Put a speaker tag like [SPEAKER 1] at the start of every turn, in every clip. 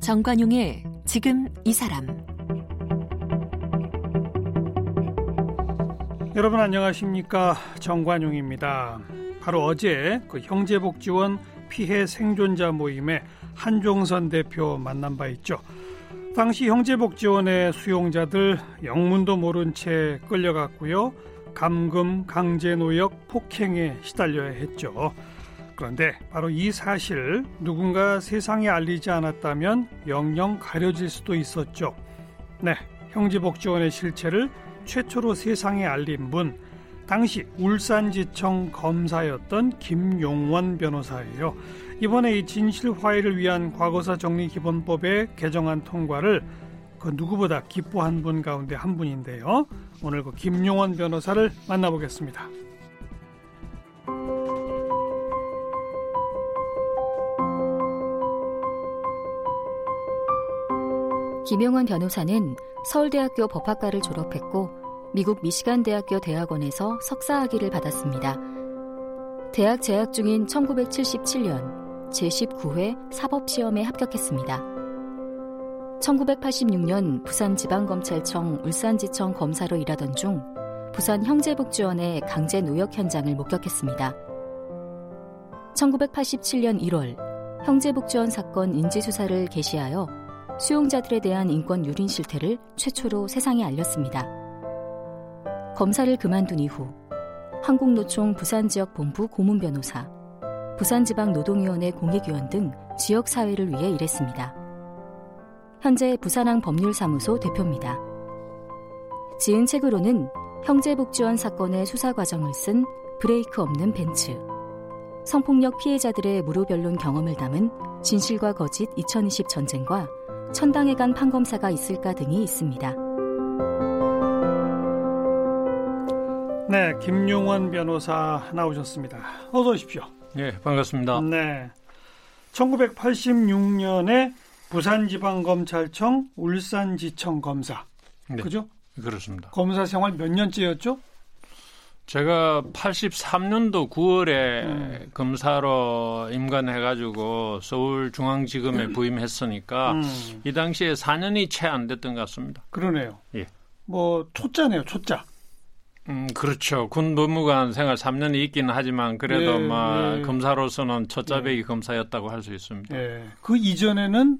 [SPEAKER 1] 정관용의 지금 이 사람
[SPEAKER 2] 여러분 안녕하십니까 정관용입니다. 바로 어제 그 형제복지원 피해 생존자 모임에 한종선 대표 만난 바 있죠. 당시 형제복지원의 수용자들 영문도 모른 채 끌려갔고요. 감금, 강제 노역, 폭행에 시달려야 했죠. 그런데 바로 이 사실 누군가 세상에 알리지 않았다면 영영 가려질 수도 있었죠. 네, 형제복지원의 실체를 최초로 세상에 알린 분 당시 울산지청 검사였던 김용원 변호사예요. 이번에 이 진실 화해를 위한 과거사 정리 기본법의 개정안 통과를 그 누구보다 기뻐한 분 가운데 한 분인데요. 오늘 그 김용원 변호사를 만나보겠습니다.
[SPEAKER 3] 김용원 변호사는 서울대학교 법학과를 졸업했고 미국 미시간 대학교 대학원에서 석사학위를 받았습니다. 대학 재학 중인 1977년 제19회 사법시험에 합격했습니다. 1986년 부산지방검찰청 울산지청 검사로 일하던 중 부산 형제복지원의 강제 노역 현장을 목격했습니다. 1987년 1월 형제복지원 사건 인지수사를 개시하여 수용자들에 대한 인권 유린 실태를 최초로 세상에 알렸습니다. 검사를 그만둔 이후 한국노총 부산지역본부 고문변호사, 부산지방노동위원회 공익위원 등 지역사회를 위해 일했습니다. 현재 부산항 법률사무소 대표입니다. 지은 책으로는 형제복지원 사건의 수사 과정을 쓴 브레이크 없는 벤츠, 성폭력 피해자들의 무료변론 경험을 담은 진실과 거짓 2020 전쟁과 천당에 간 판검사가 있을까 등이 있습니다.
[SPEAKER 2] 네, 김용원 변호사 나오셨습니다. 어서 오십시오.
[SPEAKER 4] 네, 반갑습니다.
[SPEAKER 2] 네. 1986년에 부산지방검찰청 울산지청 검사.
[SPEAKER 4] 네,
[SPEAKER 2] 그죠?
[SPEAKER 4] 그렇습니다.
[SPEAKER 2] 검사 생활 몇 년째였죠?
[SPEAKER 4] 제가 83년도 9월에
[SPEAKER 2] 음.
[SPEAKER 4] 검사로 임관해가지고 서울중앙지검에 부임했으니까
[SPEAKER 2] 음,
[SPEAKER 4] 이 당시에 4년이 채 안 됐던 것 같습니다.
[SPEAKER 2] 그러네요.
[SPEAKER 4] 예.
[SPEAKER 2] 뭐 초짜네요, 초짜.
[SPEAKER 4] 음, 그렇죠. 군 법무관 생활 3년이 있긴 하지만 그래도
[SPEAKER 2] 예,
[SPEAKER 4] 막
[SPEAKER 2] 예.
[SPEAKER 4] 검사로서는 초짜배기 검사였다고 할 수 있습니다.
[SPEAKER 2] 예. 그 이전에는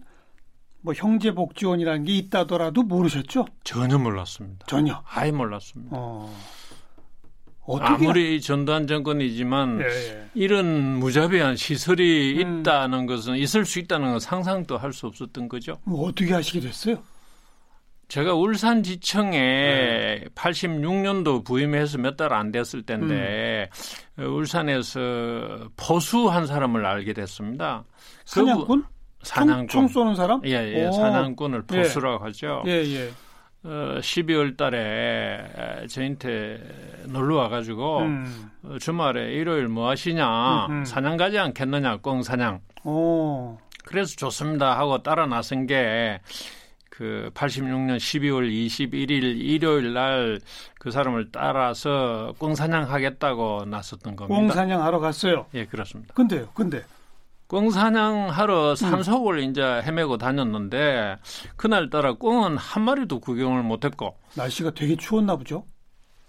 [SPEAKER 2] 뭐 형제복지원이라는 게 있다더라도 모르셨죠?
[SPEAKER 4] 전혀 몰랐습니다.
[SPEAKER 2] 전혀.
[SPEAKER 4] 아예 몰랐습니다.
[SPEAKER 2] 어. 어떻게
[SPEAKER 4] 아무리 전두환 정권이지만
[SPEAKER 2] 예, 예.
[SPEAKER 4] 이런 무자비한 시설이
[SPEAKER 2] 음.
[SPEAKER 4] 있다는 것은 있을 수 있다는 건 상상도 할 수 없었던 거죠.
[SPEAKER 2] 뭐 어떻게 하시게 됐어요?
[SPEAKER 4] 그 제가 울산지청에
[SPEAKER 2] 네.
[SPEAKER 4] 86년도 부임해서 몇 달 안 됐을 때인데 어,
[SPEAKER 2] 음.
[SPEAKER 4] 울산에서 포수 한 사람을 알게 됐습니다. 그 분-
[SPEAKER 2] 사냥꾼? 총,
[SPEAKER 4] 사냥꾼.
[SPEAKER 2] 총 쏘는 사람?
[SPEAKER 4] 예, 예,
[SPEAKER 2] 오.
[SPEAKER 4] 사냥꾼을
[SPEAKER 2] 예.
[SPEAKER 4] 포수라고 하죠.
[SPEAKER 2] 예, 예.
[SPEAKER 4] 어, 12월 달에 저한테 놀러 와가지고
[SPEAKER 2] 음.
[SPEAKER 4] 어, 주말에 일요일 뭐 하시냐
[SPEAKER 2] 음흠.
[SPEAKER 4] 사냥 가지 않겠느냐 꽁사냥
[SPEAKER 2] 어.
[SPEAKER 4] 그래서 좋습니다 하고 따라 나선 게 그 86년 12월 21일 일요일 날 그 사람을 따라서 꽁사냥 하겠다고 나섰던 겁니다.
[SPEAKER 2] 꽁사냥 하러 갔어요.
[SPEAKER 4] 예, 그렇습니다.
[SPEAKER 2] 근데요, 근데.
[SPEAKER 4] 꽁사냥 하러 산속을 이제 헤매고 다녔는데 그날 따라 꽁은 한 마리도 구경을 못 했고
[SPEAKER 2] 날씨가 되게 추웠나 보죠.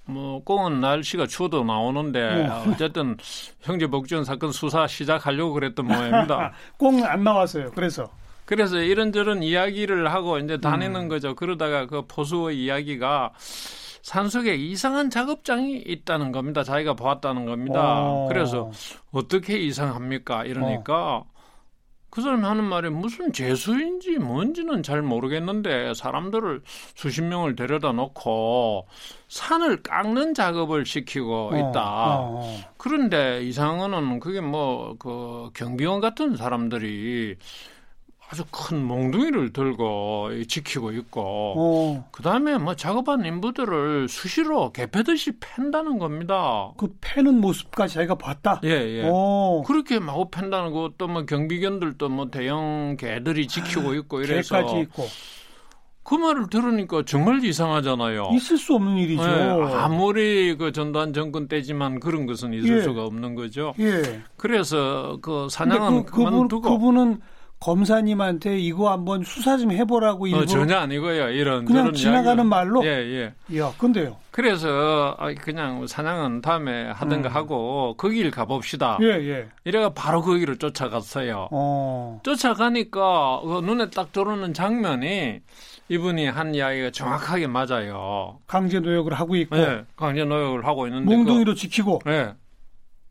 [SPEAKER 4] 뭐 꽁은 날씨가 추워도 나오는데
[SPEAKER 2] 어.
[SPEAKER 4] 어쨌든 형제 복지원 사건 수사 시작하려고 그랬던 모양입니다.
[SPEAKER 2] 꽁 안 나왔어요. 그래서
[SPEAKER 4] 그래서 이런저런 이야기를 하고 이제
[SPEAKER 2] 음.
[SPEAKER 4] 다니는 거죠. 그러다가 그 포수의 이야기가 산속에 이상한 작업장이 있다는 겁니다. 자기가 보았다는 겁니다.
[SPEAKER 2] 어.
[SPEAKER 4] 그래서 어떻게 이상합니까? 이러니까 그 사람이 하는 말이 무슨 죄수인지 뭔지는 잘 모르겠는데 사람들을 수십 명을 데려다 놓고 산을 깎는 작업을 시키고
[SPEAKER 2] 어,
[SPEAKER 4] 있다.
[SPEAKER 2] 어, 어.
[SPEAKER 4] 그런데 이상은 그게 뭐 그 경비원 같은 사람들이 아주 큰 몽둥이를 들고 이 지키고 있고
[SPEAKER 2] 어,
[SPEAKER 4] 그다음에 뭐 작업한 인부들을 수시로 개패듯이 팬다는 겁니다.
[SPEAKER 2] 그 패는 모습까지 자기가 봤다.
[SPEAKER 4] 예, 예.
[SPEAKER 2] 어,
[SPEAKER 4] 그렇게 마구 팬다는 것도 뭐 경비견들도 뭐 대형 개들이 지키고 있고 이래서
[SPEAKER 2] 아, 개까지 있고
[SPEAKER 4] 그 말을 들으니까 정말 이상하잖아요.
[SPEAKER 2] 있을 수 없는 일이죠.
[SPEAKER 4] 어. 예, 아무리 그 전두환 정권 때지만 그런 것은 있을
[SPEAKER 2] 예.
[SPEAKER 4] 수가 없는 거죠.
[SPEAKER 2] 예.
[SPEAKER 4] 그래서 그
[SPEAKER 2] 근데
[SPEAKER 4] 사냥은
[SPEAKER 2] 그,
[SPEAKER 4] 그만
[SPEAKER 2] 그분
[SPEAKER 4] 두고
[SPEAKER 2] 그분은 검사님한테 이거 한번 수사 좀 해보라고 일부러
[SPEAKER 4] 어, 전혀 아니고요. 이런
[SPEAKER 2] 그냥
[SPEAKER 4] 저런
[SPEAKER 2] 지나가는
[SPEAKER 4] 이야기는.
[SPEAKER 2] 말로?
[SPEAKER 4] 예, 예.
[SPEAKER 2] 야, 근데요.
[SPEAKER 4] 그래서 아, 그냥 사냥은 다음에 하든가
[SPEAKER 2] 음.
[SPEAKER 4] 하고 그 길 가봅시다.
[SPEAKER 2] 예, 예.
[SPEAKER 4] 이래가 바로 그 길을 쫓아갔어요.
[SPEAKER 2] 어.
[SPEAKER 4] 쫓아가니까 그 눈에 딱 들어오는 장면이 이분이 한 이야기가 정확하게 맞아요.
[SPEAKER 2] 강제 노역을 하고 있고
[SPEAKER 4] 예, 강제 노역을 하고 있는데
[SPEAKER 2] 어. 몽둥이로 지키고
[SPEAKER 4] 그, 예,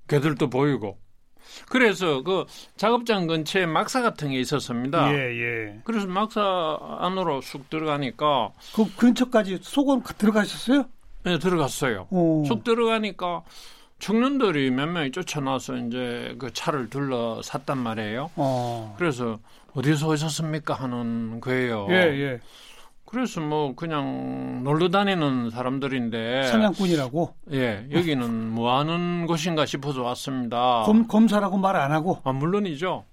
[SPEAKER 4] 개들도 보이고 그래서 그 작업장 근처에 막사 같은 게 있었습니다.
[SPEAKER 2] 예, 예.
[SPEAKER 4] 그래서 막사 안으로 쑥 들어가니까
[SPEAKER 2] 그 근처까지 속은 가- 들어가셨어요?
[SPEAKER 4] 예, 들어갔어요.
[SPEAKER 2] 어.
[SPEAKER 4] 쑥 들어가니까 청년들이 몇 명이 쫓아나서 이제 그 차를 둘러쌌단 말이에요.
[SPEAKER 2] 어.
[SPEAKER 4] 그래서 어디서 오셨습니까 하는 거예요.
[SPEAKER 2] 예, 예.
[SPEAKER 4] 그래서 뭐 그냥 놀러 다니는 사람들인데
[SPEAKER 2] 사냥꾼이라고
[SPEAKER 4] 예 여기는 뭐 하는 곳인가 싶어서 왔습니다.
[SPEAKER 2] 검, 검사라고 말 안 하고.
[SPEAKER 4] 아 물론이죠.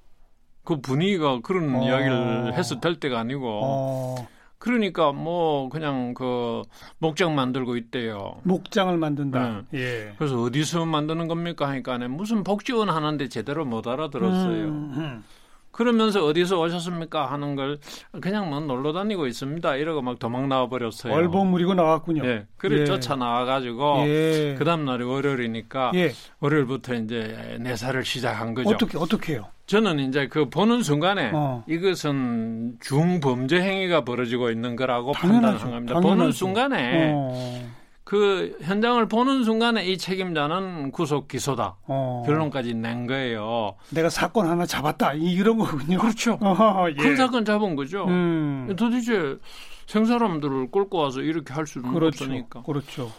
[SPEAKER 4] 그 분위기가 그런
[SPEAKER 2] 어.
[SPEAKER 4] 이야기를 해서 될 때가 아니고
[SPEAKER 2] 어.
[SPEAKER 4] 그러니까 뭐 그냥 그 목장 만들고 있대요.
[SPEAKER 2] 목장을
[SPEAKER 4] 음.
[SPEAKER 2] 만든다. 예.
[SPEAKER 4] 그래서 어디서 만드는 겁니까 하니까 네, 무슨 복지원 하는데 제대로 못 알아들었어요.
[SPEAKER 2] 음, 음.
[SPEAKER 4] 그러면서 어디서 오셨습니까 하는 걸 그냥 뭐 놀러 다니고 있습니다 이러고 막 도망 나와 버렸어요.
[SPEAKER 2] 얼버무리고 나왔군요.
[SPEAKER 4] 예, 그를
[SPEAKER 2] 예.
[SPEAKER 4] 쫓아 나와가지고
[SPEAKER 2] 예.
[SPEAKER 4] 그 다음 날이 월요일이니까
[SPEAKER 2] 예.
[SPEAKER 4] 월요일부터 이제 내사를 시작한 거죠.
[SPEAKER 2] 어떻게 어떻게 해요?
[SPEAKER 4] 저는 이제 그 보는 순간에
[SPEAKER 2] 어.
[SPEAKER 4] 이것은 중범죄 행위가 벌어지고 있는 거라고
[SPEAKER 2] 당연하죠.
[SPEAKER 4] 판단한 겁니다.
[SPEAKER 2] 당연하죠.
[SPEAKER 4] 보는 순간에
[SPEAKER 2] 어.
[SPEAKER 4] 그 현장을 보는 순간에 이 책임자는 구속 기소다
[SPEAKER 2] 어.
[SPEAKER 4] 결론까지 낸 거예요.
[SPEAKER 2] 내가 사건 하나 잡았다 이- 이런 거군요.
[SPEAKER 4] 그렇죠.
[SPEAKER 2] 어허, 예.
[SPEAKER 4] 큰 사건 잡은 거죠.
[SPEAKER 2] 음.
[SPEAKER 4] 도대체 생사람들을 끌고 와서 이렇게 할 수는
[SPEAKER 2] 그렇죠.
[SPEAKER 4] 없으니까.
[SPEAKER 2] 그렇죠.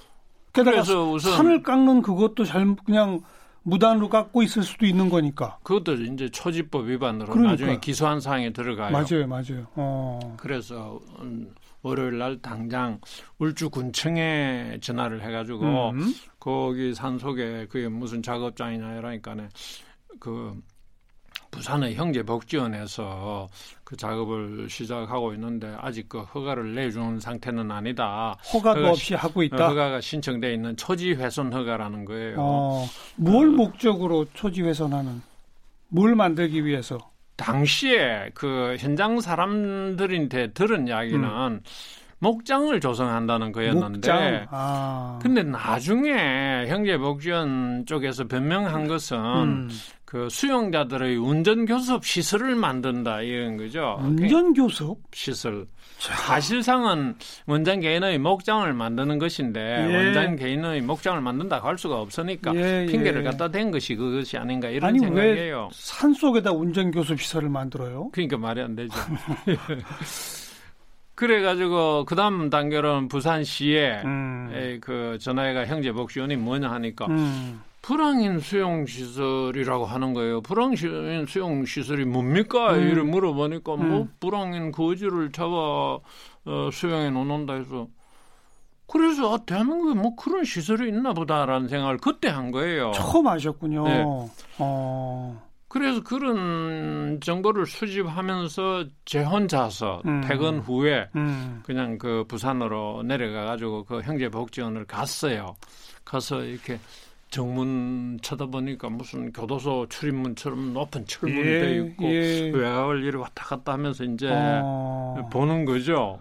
[SPEAKER 2] 게다가
[SPEAKER 4] 음, 그래서 우선
[SPEAKER 2] 산을 깎는 그것도 잘 그냥 무단으로 깎고 있을 수도 있는 거니까.
[SPEAKER 4] 그것도 이제 초지법 위반으로
[SPEAKER 2] 그러니까요.
[SPEAKER 4] 나중에 기소한 사항에 들어가요.
[SPEAKER 2] 맞아요, 맞아요. 어.
[SPEAKER 4] 그래서 음, 월요일 날 당장 울주군청에 전화를 해가지고
[SPEAKER 2] 음.
[SPEAKER 4] 거기 산 속에 그게 무슨 작업장이냐 이러니까네 그 부산의 형제복지원에서 그 작업을 시작하고 있는데 아직 그 허가를 내주는 상태는 아니다.
[SPEAKER 2] 허가도
[SPEAKER 4] 허가
[SPEAKER 2] 없이 하고 있다.
[SPEAKER 4] 허가가 신청돼 있는 토지훼손 허가라는 거예요.
[SPEAKER 2] 어. 뭘 목적으로 초지훼손하는? 뭘 만들기 위해서?
[SPEAKER 4] 당시에 그 현장 사람들한테 들은 이야기는 목장을 조성한다는 거였는데
[SPEAKER 2] 음. 목장. 아.
[SPEAKER 4] 근데 나중에 형제복지원 쪽에서 변명한 것은
[SPEAKER 2] 음.
[SPEAKER 4] 그 수용자들의 운전교섭 시설을 만든다 이런 거죠. 그
[SPEAKER 2] 운전 교섭.
[SPEAKER 4] 시설. 사실상은 원장 개인의 목장을 만드는 것인데
[SPEAKER 2] 예.
[SPEAKER 4] 원장 개인의 목장을 만든다고 할 수가 없으니까
[SPEAKER 2] 예,
[SPEAKER 4] 그러니까 핑계를
[SPEAKER 2] 예.
[SPEAKER 4] 갖다 댄 것이 그것이 아닌가 이런
[SPEAKER 2] 아니, 왜-
[SPEAKER 4] 생각이에요.
[SPEAKER 2] 산 속에다 운전 교섭 시설을 만들어요.
[SPEAKER 4] 그러니까 말이 안 되죠. 그래가지고 그 다음 단계로는 부산시에
[SPEAKER 2] 음.
[SPEAKER 4] 에이, 그 전화해가 형제복지원이 뭐냐 하니까
[SPEAKER 2] 음.
[SPEAKER 4] 불황인 수용 시설이라고 하는 거예요. 불황인 수용 시설이 뭡니까?
[SPEAKER 2] 음.
[SPEAKER 4] 이를 물어보니까 뭐
[SPEAKER 2] 음.
[SPEAKER 4] 불황인 거지를 잡아 어, 수용해 놓는다 해서 그래서 아, 대한민국에 뭐 그런 시설이 있나 보다라는 생각을 그때 한 거예요.
[SPEAKER 2] 처음 아셨군요.
[SPEAKER 4] 어. 네.
[SPEAKER 2] 어.
[SPEAKER 4] 그래서 그런 정보를 수집하면서 제 혼자서
[SPEAKER 2] 음.
[SPEAKER 4] 퇴근 후에
[SPEAKER 2] 음.
[SPEAKER 4] 그냥 그 부산으로 내려가 가지고 그 형제 복지원을 갔어요. 가서 이렇게 정문 쳐다보니까 무슨 교도소 출입문처럼 높은 그 철문이 돼 있고
[SPEAKER 2] 예.
[SPEAKER 4] 외곽을 이리 왔다 갔다 하면서 이제
[SPEAKER 2] 어.
[SPEAKER 4] 보는 거죠.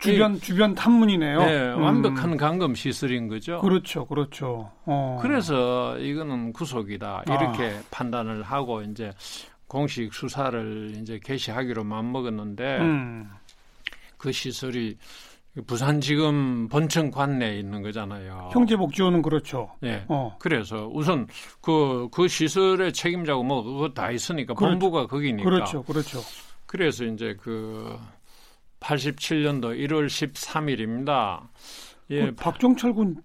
[SPEAKER 2] 주변 주변 탐문이네요.
[SPEAKER 4] 예,
[SPEAKER 2] 음.
[SPEAKER 4] 완벽한 감금 시설인 거죠.
[SPEAKER 2] 그렇죠, 그렇죠. 어.
[SPEAKER 4] 그래서 이거는 구속이다
[SPEAKER 2] 아.
[SPEAKER 4] 이렇게 판단을 하고 이제 공식 수사를 이제 개시하기로 맘먹었는데
[SPEAKER 2] 음.
[SPEAKER 4] 그 시설이 부산지금 본청 관내에 있는 거잖아요.
[SPEAKER 2] 형제복지원은 그렇죠.
[SPEAKER 4] 예.
[SPEAKER 2] 어.
[SPEAKER 4] 그래서 우선 그, 그 시설의 책임자고 뭐 그거 다 있으니까
[SPEAKER 2] 그렇죠.
[SPEAKER 4] 본부가 거기니까.
[SPEAKER 2] 그렇죠, 그렇죠.
[SPEAKER 4] 래서 이제 그 87년도 1월 13일입니다. 예.
[SPEAKER 2] 그 박종철 군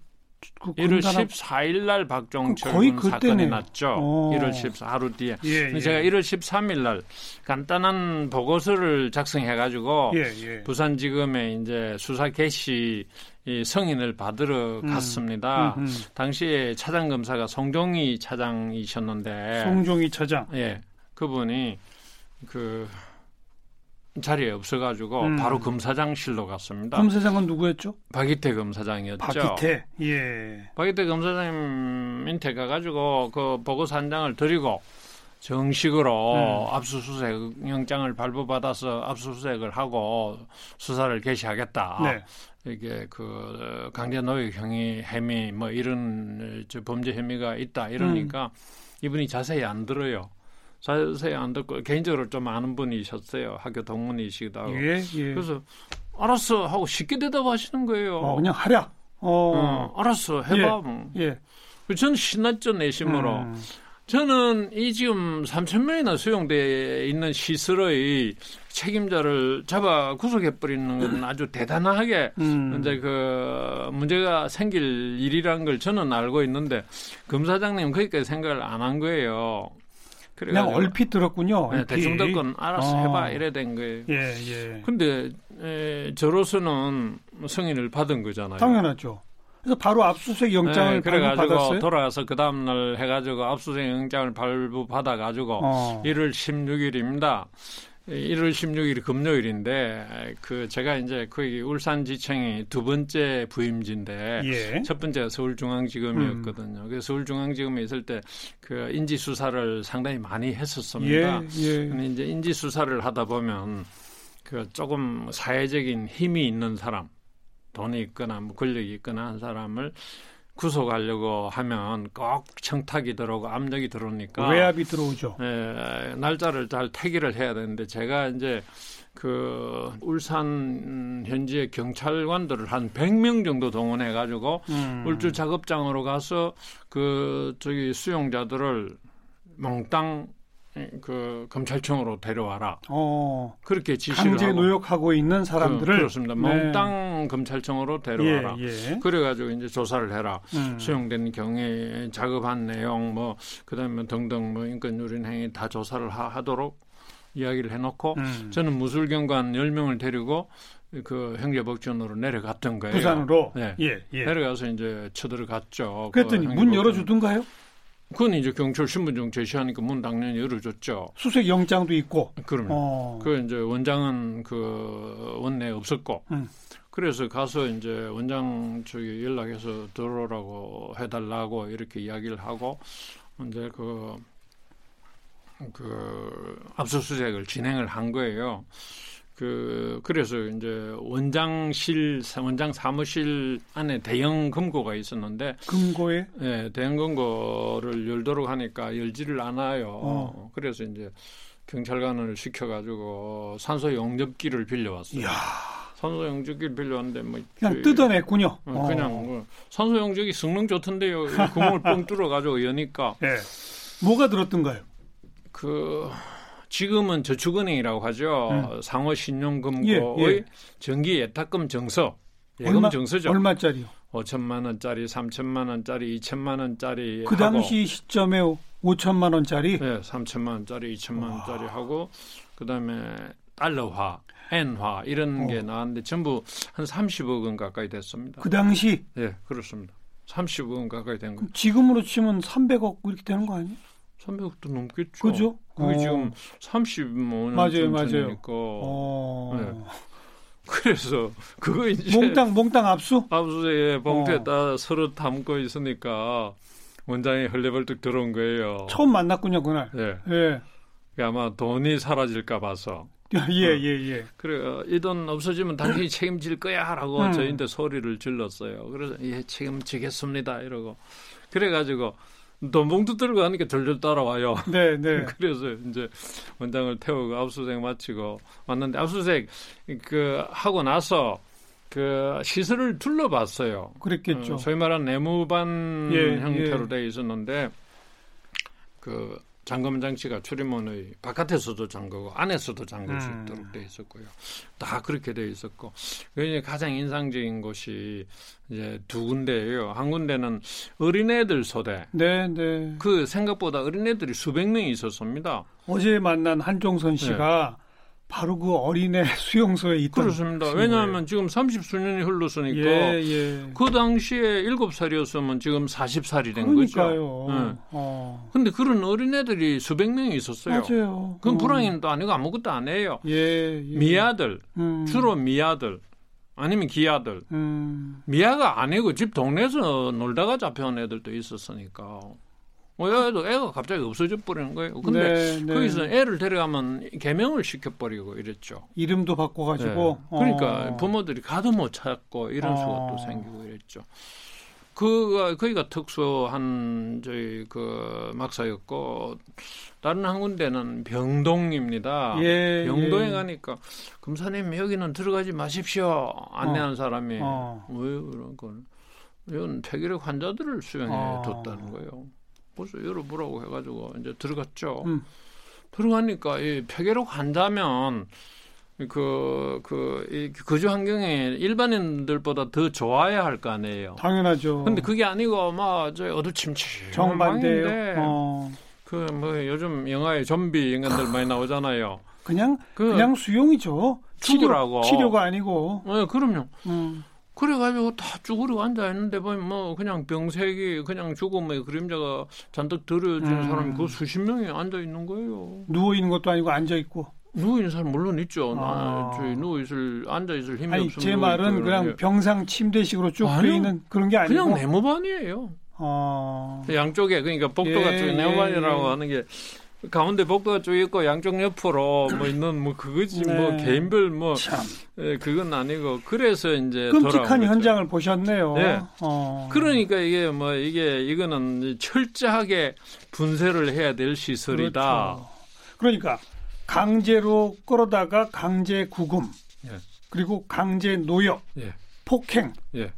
[SPEAKER 2] 그,
[SPEAKER 4] 1월
[SPEAKER 2] 군단하고-
[SPEAKER 4] 14일 날 박종철
[SPEAKER 2] 거의
[SPEAKER 4] 군 사건이
[SPEAKER 2] 그때네요.
[SPEAKER 4] 났죠.
[SPEAKER 2] 어.
[SPEAKER 4] 1월 14 하루 뒤에.
[SPEAKER 2] 예,
[SPEAKER 4] 근데
[SPEAKER 2] 예.
[SPEAKER 4] 제가 1월 13일 날 간단한 보고서를 작성해 가지고
[SPEAKER 2] 예, 예.
[SPEAKER 4] 부산지검에 이제 수사 개시 이 성인을 받으러
[SPEAKER 2] 음.
[SPEAKER 4] 갔습니다.
[SPEAKER 2] 음, 음.
[SPEAKER 4] 당시에 차장 검사가 송종희 차장이셨는데
[SPEAKER 2] 송종희 차장.
[SPEAKER 4] 예 그분이 그 자리에 없어가지고
[SPEAKER 2] 음.
[SPEAKER 4] 바로 검사장실로 갔습니다.
[SPEAKER 2] 검사장은 누구였죠?
[SPEAKER 4] 박이태 검사장이었죠.
[SPEAKER 2] 박기태. 예.
[SPEAKER 4] 박이태 검사장님한테 가가지고 그 보고서 한 장을 드리고 정식으로
[SPEAKER 2] 음.
[SPEAKER 4] 압수수색 영장을 발부받아서 압수수색을 하고 수사를 개시하겠다.
[SPEAKER 2] 네.
[SPEAKER 4] 이게 그 강제 노역 행위 혐의 뭐 이런 저 범죄 혐의가 있다
[SPEAKER 2] 음.
[SPEAKER 4] 이러니까 이분이 자세히 안 들어요. 자세히 안 듣고 개인적으로 좀 아는 분이셨어요. 학교 동문이시기도 하고.
[SPEAKER 2] 예, 예.
[SPEAKER 4] 그래서 뭐 알았어 하고 쉽게 대답하시는 거예요.
[SPEAKER 2] 어, 그냥 하랴.
[SPEAKER 4] 어,
[SPEAKER 2] 어,
[SPEAKER 4] 알았어 해봐. 뭐.
[SPEAKER 2] 예.
[SPEAKER 4] 저는 신났죠 내심으로.
[SPEAKER 2] 음,
[SPEAKER 4] 저는 이 지금 3천 명이나 수용돼 있는 시설의 책임자를 잡아 구속해 버리는 건 아주 대단하게
[SPEAKER 2] 음.
[SPEAKER 4] 이제 그 문제가 생길 일이라는 걸 저는 알고 있는데 검사장님 거기까지 생각을 안 한 거예요.
[SPEAKER 2] 그냥
[SPEAKER 4] 그래가지고
[SPEAKER 2] 얼핏 들었군요.
[SPEAKER 4] 네,
[SPEAKER 2] 얼핏.
[SPEAKER 4] 대충 아, 듣건 알아서
[SPEAKER 2] 어.
[SPEAKER 4] 해봐 이래 된 거예요.
[SPEAKER 2] 예, 예.
[SPEAKER 4] 근데 에, 저로서는 승인을 받은 거잖아요.
[SPEAKER 2] 당연하죠. 그래서 바로 압수수색 영장을
[SPEAKER 4] 예. 네,
[SPEAKER 2] 발부받았어요.
[SPEAKER 4] 그래가지고 돌아가서 그 다음날 해가지고 압수수색 영장을 발부받아가지고
[SPEAKER 2] 어.
[SPEAKER 4] 1월 16일입니다. 1월 16일이 금요일인데 그 제가 이제 거기 울산지청이 두 번째 부임지인데
[SPEAKER 2] 예.
[SPEAKER 4] 첫 번째가 서울중앙지검이었거든요. 그래서 서울중앙지검에 있을 때 그 인지 수사를 상당히 많이 했었습니다.
[SPEAKER 2] 예, 예.
[SPEAKER 4] 근데 이제 인지 수사를 하다 보면 그 조금 사회적인 힘이 있는 사람, 돈이 있거나 뭐 권력이 있거나 한 사람을 구속하려고 하면 꼭 청탁이 들어오고 압력이 들어오니까
[SPEAKER 2] 외압이 들어오죠.
[SPEAKER 4] 예, 날짜를 잘 태기를 해야 되는데 제가 이제 그 울산 현지의 경찰관들을 한 100명 정도 동원해 가지고
[SPEAKER 2] 음.
[SPEAKER 4] 울주 작업장으로 가서 그 저기 수용자들을 몽땅 그 검찰청으로 데려와라
[SPEAKER 2] 어,
[SPEAKER 4] 그렇게 지시를
[SPEAKER 2] 강제
[SPEAKER 4] 하고
[SPEAKER 2] 노역하고 있는
[SPEAKER 4] 그,
[SPEAKER 2] 사람들을
[SPEAKER 4] 렇습니다
[SPEAKER 2] 네.
[SPEAKER 4] 몽땅 검찰청으로 데려와라.
[SPEAKER 2] 예, 예.
[SPEAKER 4] 그래가지고 이제 조사를 해라.
[SPEAKER 2] 음.
[SPEAKER 4] 수용된 경위, 작업한 내용, 뭐 그다음에 등등 뭐 인권 유린 행위 다 조사를 하, 도록 이야기를 해놓고
[SPEAKER 2] 음.
[SPEAKER 4] 저는 무술경관 10명을 데리고 그 형제복전으로 내려갔던 거예요.
[SPEAKER 2] 부산으로
[SPEAKER 4] 네.
[SPEAKER 2] 예, 예.
[SPEAKER 4] 내려가서 이제 쳐들어갔죠. 그
[SPEAKER 2] 그랬더니 문
[SPEAKER 4] 형제복전.
[SPEAKER 2] 열어주던가요?
[SPEAKER 4] 그건 이제 경찰 신분증 제시하니까 문 당연히 열어줬죠.
[SPEAKER 2] 수색 영장도 있고.
[SPEAKER 4] 그럼
[SPEAKER 2] 어.
[SPEAKER 4] 그 이제 원장은 그 원내에 없었고
[SPEAKER 2] 음.
[SPEAKER 4] 그래서 가서 이제 원장 저기 연락해서 들어오라고 해달라고 이렇게 이야기를 하고 이제 그, 그 압수수색을 진행을 한 거예요. 그 그래서 이제 원장실 원장 사무실 안에 대형 금고가 있었는데
[SPEAKER 2] 금고에
[SPEAKER 4] 예, 대형 금고를 열도록 하니까 열지를 않아요.
[SPEAKER 2] 어.
[SPEAKER 4] 그래서 이제 경찰관을 시켜가지고 산소 용접기를 빌려왔어요.
[SPEAKER 2] 이야.
[SPEAKER 4] 산소 용접기를 빌려왔는데 뭐
[SPEAKER 2] 그냥
[SPEAKER 4] 그-
[SPEAKER 2] 뜯어냈군요.
[SPEAKER 4] 어, 그냥 뭐 산소 용접기 성능 좋던데요. 이 구멍을 뻥 뚫어가지고 여니까
[SPEAKER 2] 예. 뭐가 들었던가요?
[SPEAKER 4] 그 지금은 저축은행이라고 하죠.
[SPEAKER 2] 음.
[SPEAKER 4] 상호신용금고의
[SPEAKER 2] 예, 예.
[SPEAKER 4] 정기 예탁금 정서. 예금
[SPEAKER 2] 얼마-
[SPEAKER 4] 정서죠. 예,
[SPEAKER 2] 얼마짜리요?
[SPEAKER 4] 5천만 원짜리, 3천만 원짜리, 2천만 원짜리
[SPEAKER 2] 그
[SPEAKER 4] 하고
[SPEAKER 2] 당시 시점에 5천만 원짜리
[SPEAKER 4] 네, 3천만 원짜리, 2천만 원짜리 하고 그다음에 달러화, 엔화 이런
[SPEAKER 2] 어.
[SPEAKER 4] 게 나왔는데 전부 한 30억 원 가까이 됐습니다.
[SPEAKER 2] 그 당시
[SPEAKER 4] 네, 그렇습니다. 30억 원 가까이 된 거.
[SPEAKER 2] 지금으로 치면 300억 이렇게 되는 거 아니에요?
[SPEAKER 4] 300억도 넘겠죠.
[SPEAKER 2] 그죠?
[SPEAKER 4] 그게
[SPEAKER 2] 어.
[SPEAKER 4] 지금 35년
[SPEAKER 2] 맞아요, 맞아요.
[SPEAKER 4] 전이니까.
[SPEAKER 2] 어.
[SPEAKER 4] 그래서 그거 이제
[SPEAKER 2] 몽땅 몽땅 압수?
[SPEAKER 4] 압수수색에
[SPEAKER 2] 어.
[SPEAKER 4] 봉투에다 서로 담고 있으니까 원장이 헐레벌떡 들어온 거예요.
[SPEAKER 2] 처음 만났군요 그날.
[SPEAKER 4] 예,
[SPEAKER 2] 예.
[SPEAKER 4] 아마 돈이 사라질까 봐서.
[SPEAKER 2] 예,
[SPEAKER 4] 어.
[SPEAKER 2] 예, 예.
[SPEAKER 4] 그래요. 이 돈 없어지면 당신이 책임질 거야라고
[SPEAKER 2] 음.
[SPEAKER 4] 저희한테 소리를 질렀어요. 그래서 예 책임지겠습니다 이러고 그래가지고 돈봉투 들고 가니까 절절 따라와요.
[SPEAKER 2] 네, 네.
[SPEAKER 4] 그래서 이제 원장을 태우고 압수수색 마치고 왔는데 압수수색 그 하고 나서 그 시설을 둘러봤어요.
[SPEAKER 2] 그랬겠죠.
[SPEAKER 4] 어, 소위 말한 내무반
[SPEAKER 2] 예,
[SPEAKER 4] 형태로
[SPEAKER 2] 예.
[SPEAKER 4] 되어 있었는데 그 잠금 장치가 출입문의 바깥에서도 잠그고 안에서도 잠글 수
[SPEAKER 2] 음.
[SPEAKER 4] 있도록 되어 있었고요. 다 그렇게 되어 있었고 그게 가장 인상적인 곳이 이제 두 군데예요. 한 군데는 어린애들 소대.
[SPEAKER 2] 네, 네.
[SPEAKER 4] 그 생각보다 어린애들이 수백 명이 있었습니다.
[SPEAKER 2] 어제 만난 한종선 씨가 바로 그 어린애 수용소에 있던
[SPEAKER 4] 네. 그렇습니다.
[SPEAKER 2] 친구예요.
[SPEAKER 4] 왜냐하면 지금 30 수년이 흘렀으니까
[SPEAKER 2] 예, 예.
[SPEAKER 4] 그 당시에 7살이었으면 지금 40살이 된 거죠.
[SPEAKER 2] 그러니까요.
[SPEAKER 4] 네.
[SPEAKER 2] 어.
[SPEAKER 4] 근데 그런 어린애들이 수백 명이 있었어요.
[SPEAKER 2] 맞아요.
[SPEAKER 4] 그건
[SPEAKER 2] 음.
[SPEAKER 4] 불황인도 아니고 아무것도 안 해요.
[SPEAKER 2] 예, 예.
[SPEAKER 4] 미아들,
[SPEAKER 2] 음.
[SPEAKER 4] 주로 미아들, 아니면 기아들.
[SPEAKER 2] 음.
[SPEAKER 4] 미아가 아니고 집 동네에서 놀다가 잡혀온 애들도 있었으니까. 뭐 애도 애가 갑자기 없어져 버리는 거예요. 근데
[SPEAKER 2] 네, 네.
[SPEAKER 4] 거기서 애를 데려가면 개명을 시켜버리고 이랬죠.
[SPEAKER 2] 이름도 바꿔가지고
[SPEAKER 4] 네. 그러니까
[SPEAKER 2] 어.
[SPEAKER 4] 부모들이 가도 못 찾고 이런 수가
[SPEAKER 2] 어.
[SPEAKER 4] 또 생기고 이랬죠. 그가 거기가 특수한 저희 그 막사였고 다른 한 군데는 병동입니다.
[SPEAKER 2] 예,
[SPEAKER 4] 병동에
[SPEAKER 2] 예.
[SPEAKER 4] 가니까 검사님 여기는 들어가지 마십시오 안내한 사람이
[SPEAKER 2] 어.
[SPEAKER 4] 왜 그런 건 이건 폐기력 환자들을 수용해
[SPEAKER 2] 어.
[SPEAKER 4] 뒀다는 거예요. 그래서 열어보라고 해가지고 이제 들어갔죠.
[SPEAKER 2] 음.
[SPEAKER 4] 들어가니까 이 폐기력 환자면 그, 그그이 거주 환경이 일반인들보다 더 좋아야 할 거 아니에요.
[SPEAKER 2] 당연하죠.
[SPEAKER 4] 근데 그게 아니고 뭐 막저 어두침침
[SPEAKER 2] 어. 정반대예요. 어.
[SPEAKER 4] 그뭐 요즘 영화에 좀비 인간들 많이 나오잖아요.
[SPEAKER 2] 그냥
[SPEAKER 4] 그,
[SPEAKER 2] 그냥 수용이죠.
[SPEAKER 4] 죽으라고.
[SPEAKER 2] 치료, 치료가 아니고.
[SPEAKER 4] 예, 그럼요.
[SPEAKER 2] 음.
[SPEAKER 4] 그래가지고 다 쭈그리고 앉아 있는데 보면 뭐 그냥 병색이 그냥 죽음의 그림자가 잔뜩 들어진
[SPEAKER 2] 음.
[SPEAKER 4] 사람이 그 수십 명이 앉아 있는 거예요.
[SPEAKER 2] 누워 있는 것도 아니고 앉아 있고.
[SPEAKER 4] 누워 있는 사람 물론 있죠. 나
[SPEAKER 2] 아.
[SPEAKER 4] 저희 누워 있을 앉아 있을 힘이
[SPEAKER 2] 아니
[SPEAKER 4] 없으면
[SPEAKER 2] 제
[SPEAKER 4] 누워
[SPEAKER 2] 말은
[SPEAKER 4] 있고
[SPEAKER 2] 그냥
[SPEAKER 4] 이러는 게
[SPEAKER 2] 병상 침대식으로 쭉 돼
[SPEAKER 4] 아니요.
[SPEAKER 2] 있는 그런 게 아니고.
[SPEAKER 4] 그냥 네모반이에요.
[SPEAKER 2] 어.
[SPEAKER 4] 양쪽에 그러니까 복도가
[SPEAKER 2] 예,
[SPEAKER 4] 쭉
[SPEAKER 2] 예,
[SPEAKER 4] 네모반이라고
[SPEAKER 2] 예.
[SPEAKER 4] 하는 게 가운데 복도가 쭉 있고 양쪽 옆으로 뭐 있는 뭐 그거지
[SPEAKER 2] 네.
[SPEAKER 4] 뭐 개인별 뭐
[SPEAKER 2] 참
[SPEAKER 4] 예, 그건 아니고 그래서 이제 네, 돌아온
[SPEAKER 2] 끔찍한
[SPEAKER 4] 거죠.
[SPEAKER 2] 현장을 보셨네요.
[SPEAKER 4] 네.
[SPEAKER 2] 어.
[SPEAKER 4] 그러니까 이게 뭐 이게 이거는 철저하게 분쇄를 해야 될 시설이다.
[SPEAKER 2] 그렇죠. 그러니까 강제로 끌어다가 강제 구금.
[SPEAKER 4] 예.
[SPEAKER 2] 그리고 강제 노역,
[SPEAKER 4] 예.
[SPEAKER 2] 폭행.
[SPEAKER 4] 예.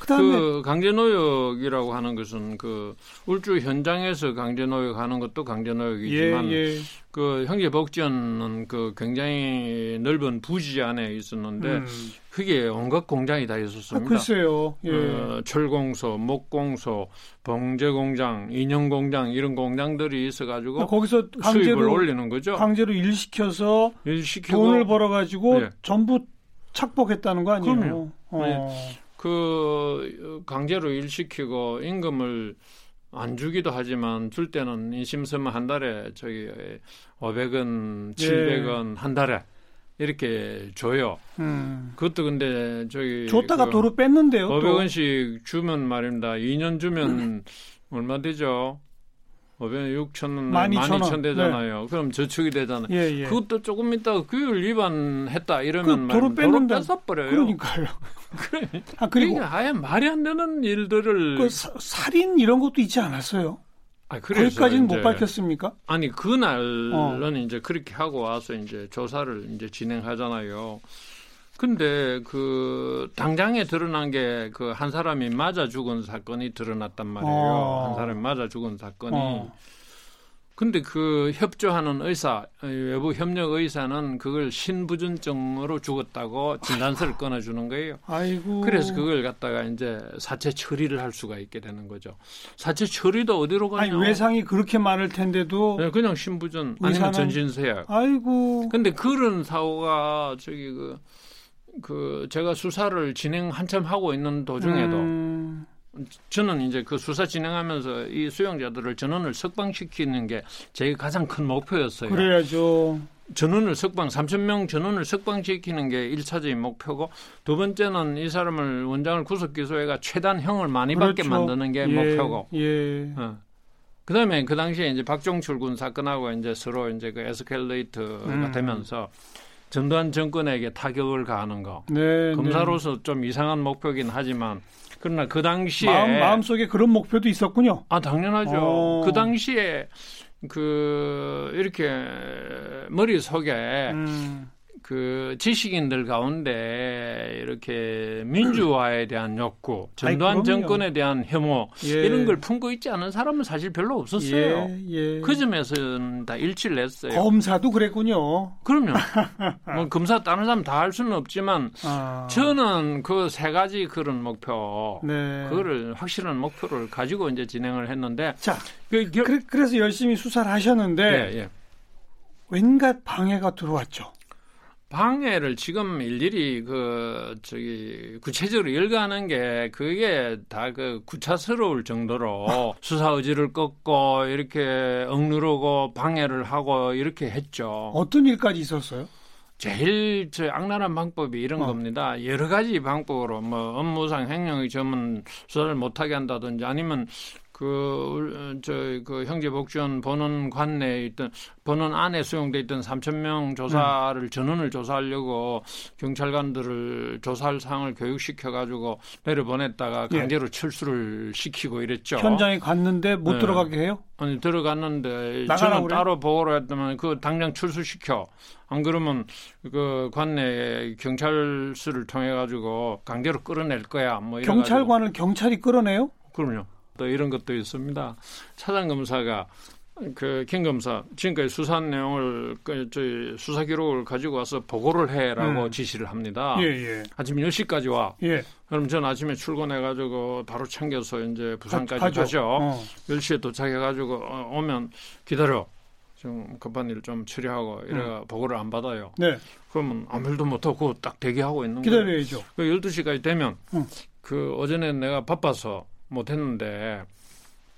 [SPEAKER 2] 그렇죠. 그다음에
[SPEAKER 4] 그 강제노역이라고 하는 것은 그 울주 현장에서 강제노역하는 것도 강제노역이지만
[SPEAKER 2] 예, 예.
[SPEAKER 4] 그 형제복지원은 그 굉장히 넓은 부지 안에 있었는데
[SPEAKER 2] 음.
[SPEAKER 4] 그게 온갖 공장이 다
[SPEAKER 2] 아,
[SPEAKER 4] 있었습니다.
[SPEAKER 2] 글쎄요. 예.
[SPEAKER 4] 어, 철공소, 목공소, 봉제공장, 인형공장 이런 공장들이
[SPEAKER 2] 그러니까
[SPEAKER 4] 있어가지고
[SPEAKER 2] 거기서
[SPEAKER 4] 수입을
[SPEAKER 2] 강제로
[SPEAKER 4] 올리는 거죠.
[SPEAKER 2] 강제로 일시켜서
[SPEAKER 4] 일 시키고
[SPEAKER 2] 돈을 벌어가지고
[SPEAKER 4] 예.
[SPEAKER 2] 전부 착복했다는 거 아니에요?
[SPEAKER 4] 그럼요. 예.
[SPEAKER 2] 어.
[SPEAKER 4] 그 강제로 일 시키고 임금을 안 주기도 하지만 줄 때는 인심서면 한 달에 저기
[SPEAKER 2] 예.
[SPEAKER 4] 500원, 700원 한 달에 이렇게 줘요.
[SPEAKER 2] 음.
[SPEAKER 4] 그것도 근데 저기
[SPEAKER 2] 줬다가
[SPEAKER 4] 그
[SPEAKER 2] 도로 뺐는데요. 또.
[SPEAKER 4] 500원씩 주면 말입니다. 2년 주면 얼마 되죠? 500원 6천 원,
[SPEAKER 2] 12,000 원.
[SPEAKER 4] 12,000 되잖아요. 그럼 저축이 되잖아요.
[SPEAKER 2] 예, 예.
[SPEAKER 4] 그것도 조금 있다가 규율 위반했다 이러면
[SPEAKER 2] 그 도로
[SPEAKER 4] 말입니다.
[SPEAKER 2] 뺐는데-
[SPEAKER 4] 도로 뺏어버려요.
[SPEAKER 2] 그러니까요. 아 그리고
[SPEAKER 4] 그러니까 아예 말이 안 되는 일들을
[SPEAKER 2] 그 사- 살인 이런 것도 있지 않았어요.
[SPEAKER 4] 아, 그래서
[SPEAKER 2] 거기까지는
[SPEAKER 4] 이제-
[SPEAKER 2] 못 밝혔습니까?
[SPEAKER 4] 아니 그날은
[SPEAKER 2] 어.
[SPEAKER 4] 이제 그렇게 하고 와서 이제 조사를 이제 진행하잖아요. 근데 그 당장에 드러난 게 그 한 사람이 맞아 죽은 사건이 드러났단 말이에요.
[SPEAKER 2] 어.
[SPEAKER 4] 한 사람이 맞아 죽은 사건이.
[SPEAKER 2] 어.
[SPEAKER 4] 근데 그 협조하는 의사 어, 외부 협력 의사는 그걸 신부전증으로 죽었다고
[SPEAKER 2] 아.
[SPEAKER 4] 진단서를 꺼내주는 거예요.
[SPEAKER 2] 아이고.
[SPEAKER 4] 그래서 그걸 갖다가 이제 사체 처리를 할 수가 있게 되는 거죠. 사체 처리도 어디로 가냐?
[SPEAKER 2] 아니 외상이 그렇게 많을 텐데도
[SPEAKER 4] 네, 그냥 신부전
[SPEAKER 2] 의사는-
[SPEAKER 4] 아니면 전신세약.
[SPEAKER 2] 아이고.
[SPEAKER 4] 근데 그런 사고가 저기 그, 그 제가 수사를 진행 한참 하고 있는 도중에도
[SPEAKER 2] 음,
[SPEAKER 4] 저는 이제 그 수사 진행하면서 이 수용자들을 전원을 석방시키는 게 제 가장 큰 목표였어요.
[SPEAKER 2] 그래야죠.
[SPEAKER 4] 전원을 석방 3천 명 전원을 석방시키는 게 1차적인 목표고 두 번째는 이 사람을 원장을 구속 기소해가 최단 형을 많이 받게
[SPEAKER 2] 그렇죠.
[SPEAKER 4] 만드는 게
[SPEAKER 2] 예,
[SPEAKER 4] 목표고
[SPEAKER 2] 예.
[SPEAKER 4] 어. 그다음에 그 당시에 이제 박종출 군 사건하고 이제 서로 이제 그 에스컬레이터가
[SPEAKER 2] 음.
[SPEAKER 4] 되면서 전두환 정권에게 타격을 가하는 거
[SPEAKER 2] 네.
[SPEAKER 4] 검사로서 좀 이상한 목표긴 하지만 그러나 그
[SPEAKER 2] 네.
[SPEAKER 4] 당시에
[SPEAKER 2] 마음 마음속에 그런 목표도 있었군요.
[SPEAKER 4] 아 당연하죠
[SPEAKER 2] 어.
[SPEAKER 4] 그 당시에 그 이렇게 머릿속에
[SPEAKER 2] 음.
[SPEAKER 4] 그 지식인들 가운데 이렇게 민주화에 대한 욕구
[SPEAKER 2] 그럼요.
[SPEAKER 4] 전두환 정권에 대한 혐오
[SPEAKER 2] 예.
[SPEAKER 4] 이런 걸 품고 있지 않은 사람은 사실 별로 없었어요.
[SPEAKER 2] 예, 예.
[SPEAKER 4] 그 점에서는 다 일치를 했어요.
[SPEAKER 2] 검사도 그랬군요.
[SPEAKER 4] 그럼요. 뭐 검사 다른 사람 다 할 수는 없지만
[SPEAKER 2] 아.
[SPEAKER 4] 저는 그 세 가지 그런 목표,
[SPEAKER 2] 네.
[SPEAKER 4] 그거를 확실한 목표를 가지고 이제 진행을 했는데
[SPEAKER 2] 자,
[SPEAKER 4] 그 결-
[SPEAKER 2] 그래, 그래서 열심히 수사를 하셨는데
[SPEAKER 4] 예, 예.
[SPEAKER 2] 웬갓 방해가 들어왔죠.
[SPEAKER 4] 방해를 지금 일일이 그 저기 구체적으로 열거하는 게 그게 다 그 구차스러울 정도로 수사 의지를 꺾고 이렇게 억누르고 방해를 하고 이렇게 했죠.
[SPEAKER 2] 어떤 일까지 있었어요?
[SPEAKER 4] 제일 저 악랄한 방법이 이런
[SPEAKER 2] 어.
[SPEAKER 4] 겁니다. 여러 가지 방법으로 뭐 업무상 횡령의 점은 수사를 못하게 한다든지 아니면 그 그, 저, 그 형제복지원 본원 관내에 있던, 본원 안에 수용돼 있던 3,000명 조사를,
[SPEAKER 2] 네.
[SPEAKER 4] 전원을 조사하려고 경찰관들을 조사할 사항을 교육시켜가지고 내려보냈다가
[SPEAKER 2] 예.
[SPEAKER 4] 강제로 철수를 시키고 이랬죠.
[SPEAKER 2] 현장에 갔는데 못
[SPEAKER 4] 그렇죠. 네.
[SPEAKER 2] 들어가게 해요?
[SPEAKER 4] 아니, 들어갔는데,
[SPEAKER 2] 나가라고
[SPEAKER 4] 저는
[SPEAKER 2] 그래?
[SPEAKER 4] 따로 보고를 했더만 그 당장 출수시켜. 안 그러면 그 관내 경찰서를 통해가지고 강제로 끌어낼 거야. 뭐 이래가지고.
[SPEAKER 2] 경찰관을 경찰이 끌어내요?
[SPEAKER 4] 그럼요. 또 이런 것도 있습니다. 차장 검사가 그김 검사 지금까지 수사한 내용을 그 저희 수사 기록을 가지고 와서 보고를 해라고
[SPEAKER 2] 음.
[SPEAKER 4] 지시를 합니다.
[SPEAKER 2] 예, 예.
[SPEAKER 4] 아침 10시까지 와.
[SPEAKER 2] 예.
[SPEAKER 4] 그럼 전 아침에 출근해 가지고 바로 챙겨서 이제 부산까지
[SPEAKER 2] 가- 가죠.
[SPEAKER 4] 가죠.
[SPEAKER 2] 어.
[SPEAKER 4] 10시에 도착해 가지고 어, 오면 기다려. 좀 급한 일 좀 처리하고 이래가 보고를 안 받아요.
[SPEAKER 2] 네.
[SPEAKER 4] 그러면 아무 일도 못 하고 딱 대기하고 있는 거예요.
[SPEAKER 2] 기다려야죠.
[SPEAKER 4] 그 12시까지 되면
[SPEAKER 2] 응.
[SPEAKER 4] 그 어제는 내가 바빠서 못 했는데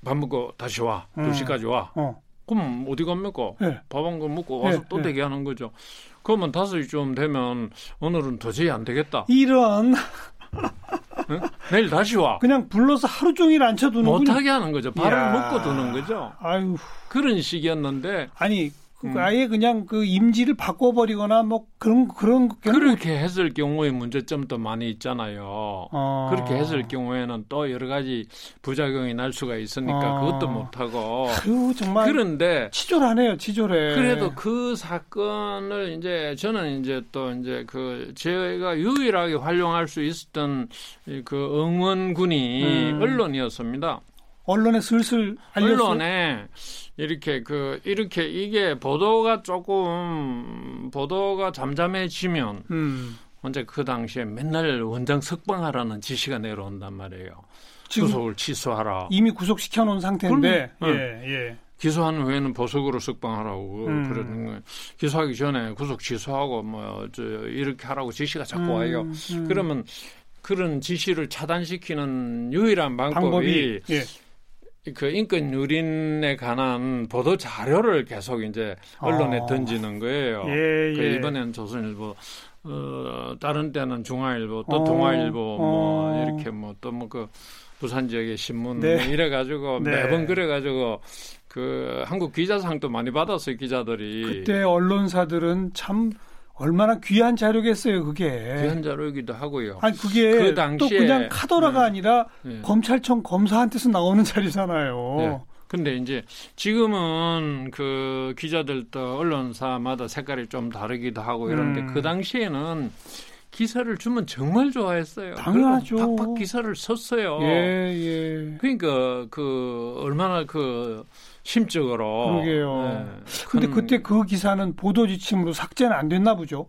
[SPEAKER 4] 밥 먹고 다시 와.
[SPEAKER 2] 음.
[SPEAKER 4] 2시까지 와.
[SPEAKER 2] 어.
[SPEAKER 4] 그럼 어디 갑니까?
[SPEAKER 2] 예.
[SPEAKER 4] 밥 한 거 먹고
[SPEAKER 2] 예,
[SPEAKER 4] 와서 또
[SPEAKER 2] 예.
[SPEAKER 4] 대기하는 거죠. 그러면 5시쯤 되면 오늘은 도저히 안 되겠다.
[SPEAKER 2] 이런
[SPEAKER 4] 응? 내일 다시 와.
[SPEAKER 2] 그냥 불러서 하루 종일 앉혀두는군요.
[SPEAKER 4] 못하게 하는 거죠. 밥을
[SPEAKER 2] 이야.
[SPEAKER 4] 먹고 드는 거죠.
[SPEAKER 2] 아유,
[SPEAKER 4] 그런 식이었는데
[SPEAKER 2] 아니 그
[SPEAKER 4] 음.
[SPEAKER 2] 아예 그냥 그 임지를 바꿔버리거나 뭐 그런 그런 경우-
[SPEAKER 4] 그렇게 했을 경우의 문제점도 많이 있잖아요.
[SPEAKER 2] 어.
[SPEAKER 4] 그렇게 했을 경우에는 또 여러 가지 부작용이 날 수가 있으니까
[SPEAKER 2] 아.
[SPEAKER 4] 그것도 못하고
[SPEAKER 2] 아유 정말 예.
[SPEAKER 4] 그런데
[SPEAKER 2] 치졸하네요, 치졸해.
[SPEAKER 4] 그래도 그 사건을 이제 저는 이제 또 이제 그 제가 유일하게 활용할 수 있었던 이그 응원군이
[SPEAKER 2] 음.
[SPEAKER 4] 언론이었습니다.
[SPEAKER 2] 언론에 슬슬 알렸어요.
[SPEAKER 4] 언론에 이렇게 그 이렇게 이게 보도가 조금 보도가 잠잠해지면
[SPEAKER 2] 음.
[SPEAKER 4] 언제 그 당시에 맨날 원장 석방하라는 지시가 내려온단 말이에요.
[SPEAKER 2] 지금
[SPEAKER 4] 구속을 취소하라.
[SPEAKER 2] 이미 구속시켜 놓은 상태인데
[SPEAKER 4] 그럼요.
[SPEAKER 2] 예, 예.
[SPEAKER 4] 기소한 후에는 보석으로 석방하라고
[SPEAKER 2] 음.
[SPEAKER 4] 그러는 거예요. 기소하기 전에 구속 취소하고 뭐 저 이렇게 하라고 지시가 자꾸 와요.
[SPEAKER 2] 음, 음.
[SPEAKER 4] 그러면 그런 지시를 차단시키는 유일한 방법이,
[SPEAKER 2] 방법이 예.
[SPEAKER 4] 그 인권 유린에 관한 보도 자료를 계속 이제 언론에
[SPEAKER 2] 아.
[SPEAKER 4] 던지는 거예요.
[SPEAKER 2] 예,
[SPEAKER 4] 그
[SPEAKER 2] 예.
[SPEAKER 4] 이번엔 조선일보, 어, 다른 때는 중앙일보, 또
[SPEAKER 2] 어,
[SPEAKER 4] 동아일보, 뭐
[SPEAKER 2] 어.
[SPEAKER 4] 이렇게 뭐 또 뭐 그 부산 지역의 신문
[SPEAKER 2] 네.
[SPEAKER 4] 뭐 이래가지고
[SPEAKER 2] 네.
[SPEAKER 4] 매번 그래가지고 그 한국 기자상도 많이 받았어요 기자들이.
[SPEAKER 2] 그때 언론사들은 참 얼마나 귀한 자료겠어요, 그게.
[SPEAKER 4] 귀한 자료이기도 하고요.
[SPEAKER 2] 아니 그게
[SPEAKER 4] 그
[SPEAKER 2] 또
[SPEAKER 4] 당시에-
[SPEAKER 2] 그냥 카더라가
[SPEAKER 4] 네.
[SPEAKER 2] 아니라
[SPEAKER 4] 예.
[SPEAKER 2] 검찰청 검사한테서 나오는 자리잖아요.
[SPEAKER 4] 예. 근데 이제 지금은 그 기자들도 언론사마다 색깔이 좀 다르기도 하고 이런데
[SPEAKER 2] 음.
[SPEAKER 4] 그 당시에는 기사를 주면 정말 좋아했어요.
[SPEAKER 2] 당연하죠.
[SPEAKER 4] 그리고 팍팍 기사를 썼어요.
[SPEAKER 2] 예, 예.
[SPEAKER 4] 그러니까 그 얼마나 그 심적으로
[SPEAKER 2] 그러게요.
[SPEAKER 4] 예,
[SPEAKER 2] 근데
[SPEAKER 4] 큰-
[SPEAKER 2] 그때 그 기사는 보도 지침으로 삭제는 안 됐나 보죠.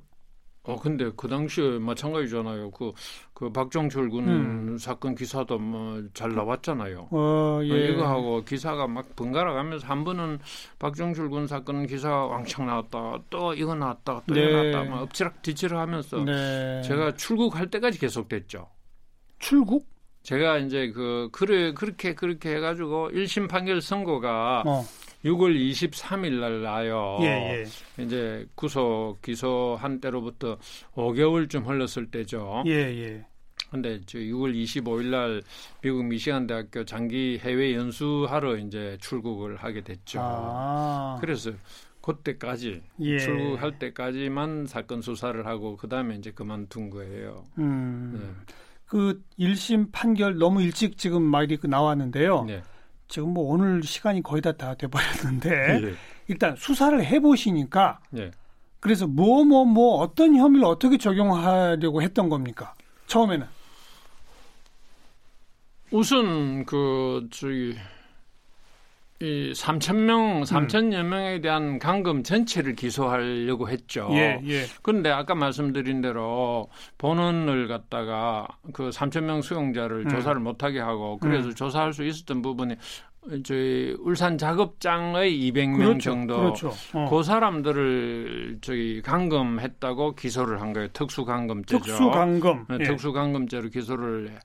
[SPEAKER 4] 어 근데 그 당시에 마찬가지잖아요. 그 그 박정철 군
[SPEAKER 2] 음.
[SPEAKER 4] 사건 기사도 뭐 잘 나왔잖아요.
[SPEAKER 2] 어, 예.
[SPEAKER 4] 이거 하고 기사가 막 번갈아 가면서 한 번은 박정철 군 사건 기사 왕창 나왔다가 또 이거 나왔다가 또 이거
[SPEAKER 2] 네.
[SPEAKER 4] 나왔다가 막 엎치락 뒤치락 하면서
[SPEAKER 2] 네.
[SPEAKER 4] 제가 출국할 때까지 계속됐죠.
[SPEAKER 2] 출국?
[SPEAKER 4] 제가 이제 그 그래 그렇게 그렇게 해가지고 1심 판결 선고가
[SPEAKER 2] 어.
[SPEAKER 4] 6월 23일 날 나요.
[SPEAKER 2] 예, 예.
[SPEAKER 4] 이제 구속 기소한 때로부터 5개월쯤 흘렀을 때죠.
[SPEAKER 2] 예, 예.
[SPEAKER 4] 근데 저 6월 25일 날 미국 미시간 대학교 장기 해외 연수하러 이제 출국을 하게 됐죠.
[SPEAKER 2] 아.
[SPEAKER 4] 그래서 그때까지
[SPEAKER 2] 예.
[SPEAKER 4] 출국할 때까지만 사건 수사를 하고 그다음에 이제 그만둔 거예요. 네.
[SPEAKER 2] 음. 그 1심 판결 너무 일찍 지금 막 이렇게 그 나왔는데요.
[SPEAKER 4] 네.
[SPEAKER 2] 지금 뭐 오늘 시간이 거의 다 다 돼버렸는데
[SPEAKER 4] 예.
[SPEAKER 2] 일단 수사를 해보시니까
[SPEAKER 4] 예.
[SPEAKER 2] 그래서 뭐 뭐 뭐 어떤 혐의를 어떻게 적용하려고 했던 겁니까? 처음에는
[SPEAKER 4] 우선 그 저기 이 3천 명,
[SPEAKER 2] 음.
[SPEAKER 4] 3천여 명에 대한 감금 전체를 기소하려고 했죠.
[SPEAKER 2] 예, 예.
[SPEAKER 4] 그런데 아까 말씀드린 대로 본원을 갖다가 그 3천 명 수용자를
[SPEAKER 2] 음.
[SPEAKER 4] 조사를 못하게 하고 그래서
[SPEAKER 2] 음.
[SPEAKER 4] 조사할 수 있었던 부분이 저희 울산 작업장의 200명
[SPEAKER 2] 그렇죠.
[SPEAKER 4] 정도
[SPEAKER 2] 그렇죠. 어.
[SPEAKER 4] 그 사람들을 저기 감금했다고 기소를 한 거예요. 특수 감금죄죠. 네,
[SPEAKER 2] 특수 감금. 예.
[SPEAKER 4] 특수 감금죄로 기소를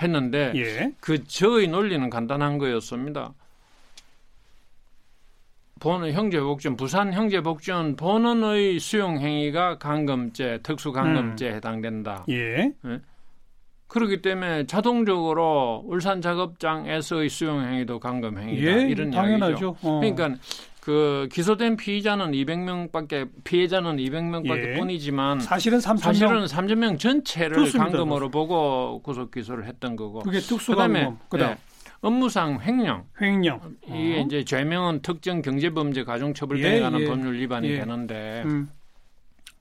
[SPEAKER 4] 했는데
[SPEAKER 2] 예.
[SPEAKER 4] 그 저의 논리는 간단한 거였습니다. 본은 형제복지원 부산 형제복지원
[SPEAKER 2] 음.
[SPEAKER 4] 본원의 수용 행위가 강금죄 특수강금죄에 해당된다.
[SPEAKER 2] 예.
[SPEAKER 4] 그렇기 때문에 자동적으로 울산 작업장에서의 수용 행위도 강금 행위다
[SPEAKER 2] 예,
[SPEAKER 4] 이런 이야기죠.
[SPEAKER 2] 당연하죠. 어.
[SPEAKER 4] 그러니까 그 기소된 피의자는 200명밖에 피해자는 200명밖에
[SPEAKER 2] 예.
[SPEAKER 4] 뿐이지만
[SPEAKER 2] 사실은 3 0 0 0
[SPEAKER 4] 사실은 3천 명 전체를
[SPEAKER 2] 그렇습니다.
[SPEAKER 4] 강금으로 보고 구속 기소를 했던 거고
[SPEAKER 2] 그게 특수감금. 뭐, 그다음
[SPEAKER 4] 예, 업무상 횡령
[SPEAKER 2] 횡령. 어.
[SPEAKER 4] 이게 이제 죄명은 특정 경제범죄 가중처벌대에
[SPEAKER 2] 예,
[SPEAKER 4] 관한
[SPEAKER 2] 예.
[SPEAKER 4] 법률 위반이
[SPEAKER 2] 예.
[SPEAKER 4] 되는데
[SPEAKER 2] 음,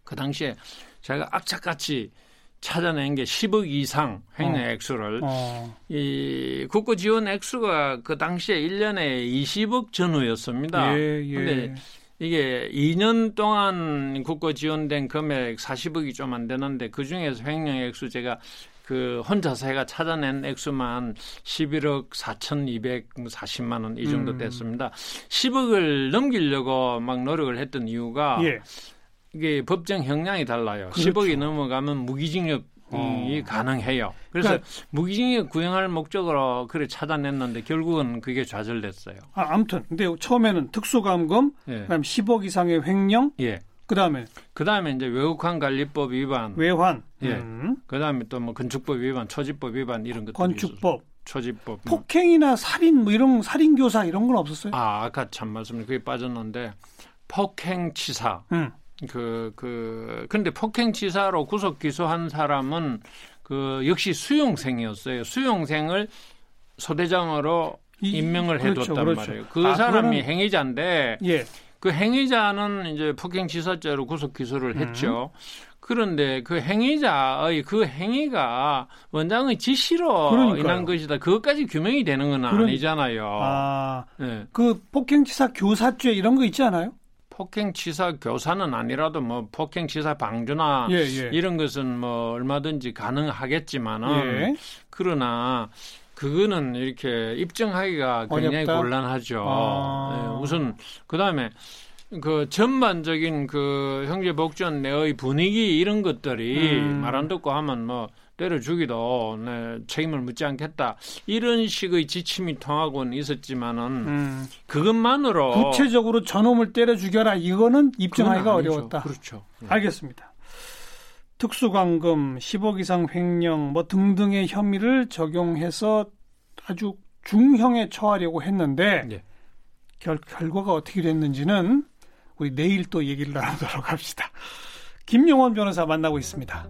[SPEAKER 4] 그 당시에 제가 악착같이 찾아낸 게 10억 이상 횡령
[SPEAKER 2] 어.
[SPEAKER 4] 액수를
[SPEAKER 2] 어.
[SPEAKER 4] 이 국고 지원 액수가 그 당시에 1년에 20억 전후였습니다.
[SPEAKER 2] 예, 예.
[SPEAKER 4] 근데 이게 2년 동안 국고 지원된 금액 40억이 좀 안 되는데 그 중에서 횡령 액수 제가 그 혼자 제가 찾아낸 액수만 11억 4,240만 원 이 정도
[SPEAKER 2] 음.
[SPEAKER 4] 됐습니다. 10억을 넘기려고 막 노력을 했던 이유가
[SPEAKER 2] 예.
[SPEAKER 4] 이게 법정 형량이 달라요.
[SPEAKER 2] 그렇죠.
[SPEAKER 4] 10억이 넘어가면 무기징역이
[SPEAKER 2] 어. 그러니까
[SPEAKER 4] 가능해요. 그래서 무기징역 구형할 목적으로 그래 찾아냈는데 결국은 그게 좌절됐어요.
[SPEAKER 2] 아, 아무튼 근데 처음에는 특수감금,
[SPEAKER 4] 예.
[SPEAKER 2] 그다음 10억 이상의 횡령,
[SPEAKER 4] 예.
[SPEAKER 2] 그다음에
[SPEAKER 4] 그다음에 이제 외국환 관리법 위반,
[SPEAKER 2] 외환,
[SPEAKER 4] 예.
[SPEAKER 2] 음,
[SPEAKER 4] 그다음에 또 뭐 건축법 위반, 초지법 위반 이런 것들
[SPEAKER 2] 건축법,
[SPEAKER 4] 초지법 뭐.
[SPEAKER 2] 폭행이나 살인 뭐 이런 살인 교사 이런 건 없었어요?
[SPEAKER 4] 아, 아까 참 말씀 그게 빠졌는데 폭행치사
[SPEAKER 2] 음.
[SPEAKER 4] 그, 그, 근데 폭행치사로 구속 기소한 사람은 그 역시 수용생이었어요. 수용생을 소대장으로
[SPEAKER 2] 이-
[SPEAKER 4] 임명을
[SPEAKER 2] 그렇죠,
[SPEAKER 4] 해뒀단
[SPEAKER 2] 그렇죠.
[SPEAKER 4] 말이에요. 그
[SPEAKER 2] 아,
[SPEAKER 4] 사람이
[SPEAKER 2] 그거는-
[SPEAKER 4] 행위자인데
[SPEAKER 2] 예.
[SPEAKER 4] 그 행위자는 이제 폭행치사죄로 구속 기소를
[SPEAKER 2] 음.
[SPEAKER 4] 했죠. 그런데 그 행위자의 그 행위가 원장의 지시로
[SPEAKER 2] 그러니까요.
[SPEAKER 4] 인한 것이다. 그것까지 규명이 되는 건
[SPEAKER 2] 그러니-
[SPEAKER 4] 아니잖아요.
[SPEAKER 2] 아,
[SPEAKER 4] 예.
[SPEAKER 2] 그 폭행치사 교사죄 이런 거 있지 않아요?
[SPEAKER 4] 폭행치사 교사는 아니라도 뭐 폭행치사 방조나
[SPEAKER 2] 예, 예.
[SPEAKER 4] 이런 것은 뭐 얼마든지 가능하겠지만은
[SPEAKER 2] 예.
[SPEAKER 4] 그러나 그거는 이렇게 입증하기가 굉장히
[SPEAKER 2] 어렵다?
[SPEAKER 4] 곤란하죠.
[SPEAKER 2] 아.
[SPEAKER 4] 예, 우선 그다음에 그 전반적인 그 형제 복전 내의 분위기 이런 것들이
[SPEAKER 2] 음.
[SPEAKER 4] 말 안 듣고 하면 뭐 때려 주기도 네, 책임을 묻지 않겠다 이런 식의 지침이 통하고는 있었지만은
[SPEAKER 2] 음.
[SPEAKER 4] 그것만으로
[SPEAKER 2] 구체적으로 저놈을 때려 죽여라 이거는 입증하기가
[SPEAKER 4] 어. 그건 아니죠.
[SPEAKER 2] 어려웠다.
[SPEAKER 4] 그렇죠. 예.
[SPEAKER 2] 알겠습니다. 특수광금, 10억 이상 횡령 뭐 등등의 혐의를 적용해서 아주 중형에 처하려고 했는데
[SPEAKER 4] 예.
[SPEAKER 2] 결, 결과가 어떻게 됐는지는 우리 내일 또 얘기를 나누도록 합시다. 김용원 변호사 만나고 있습니다.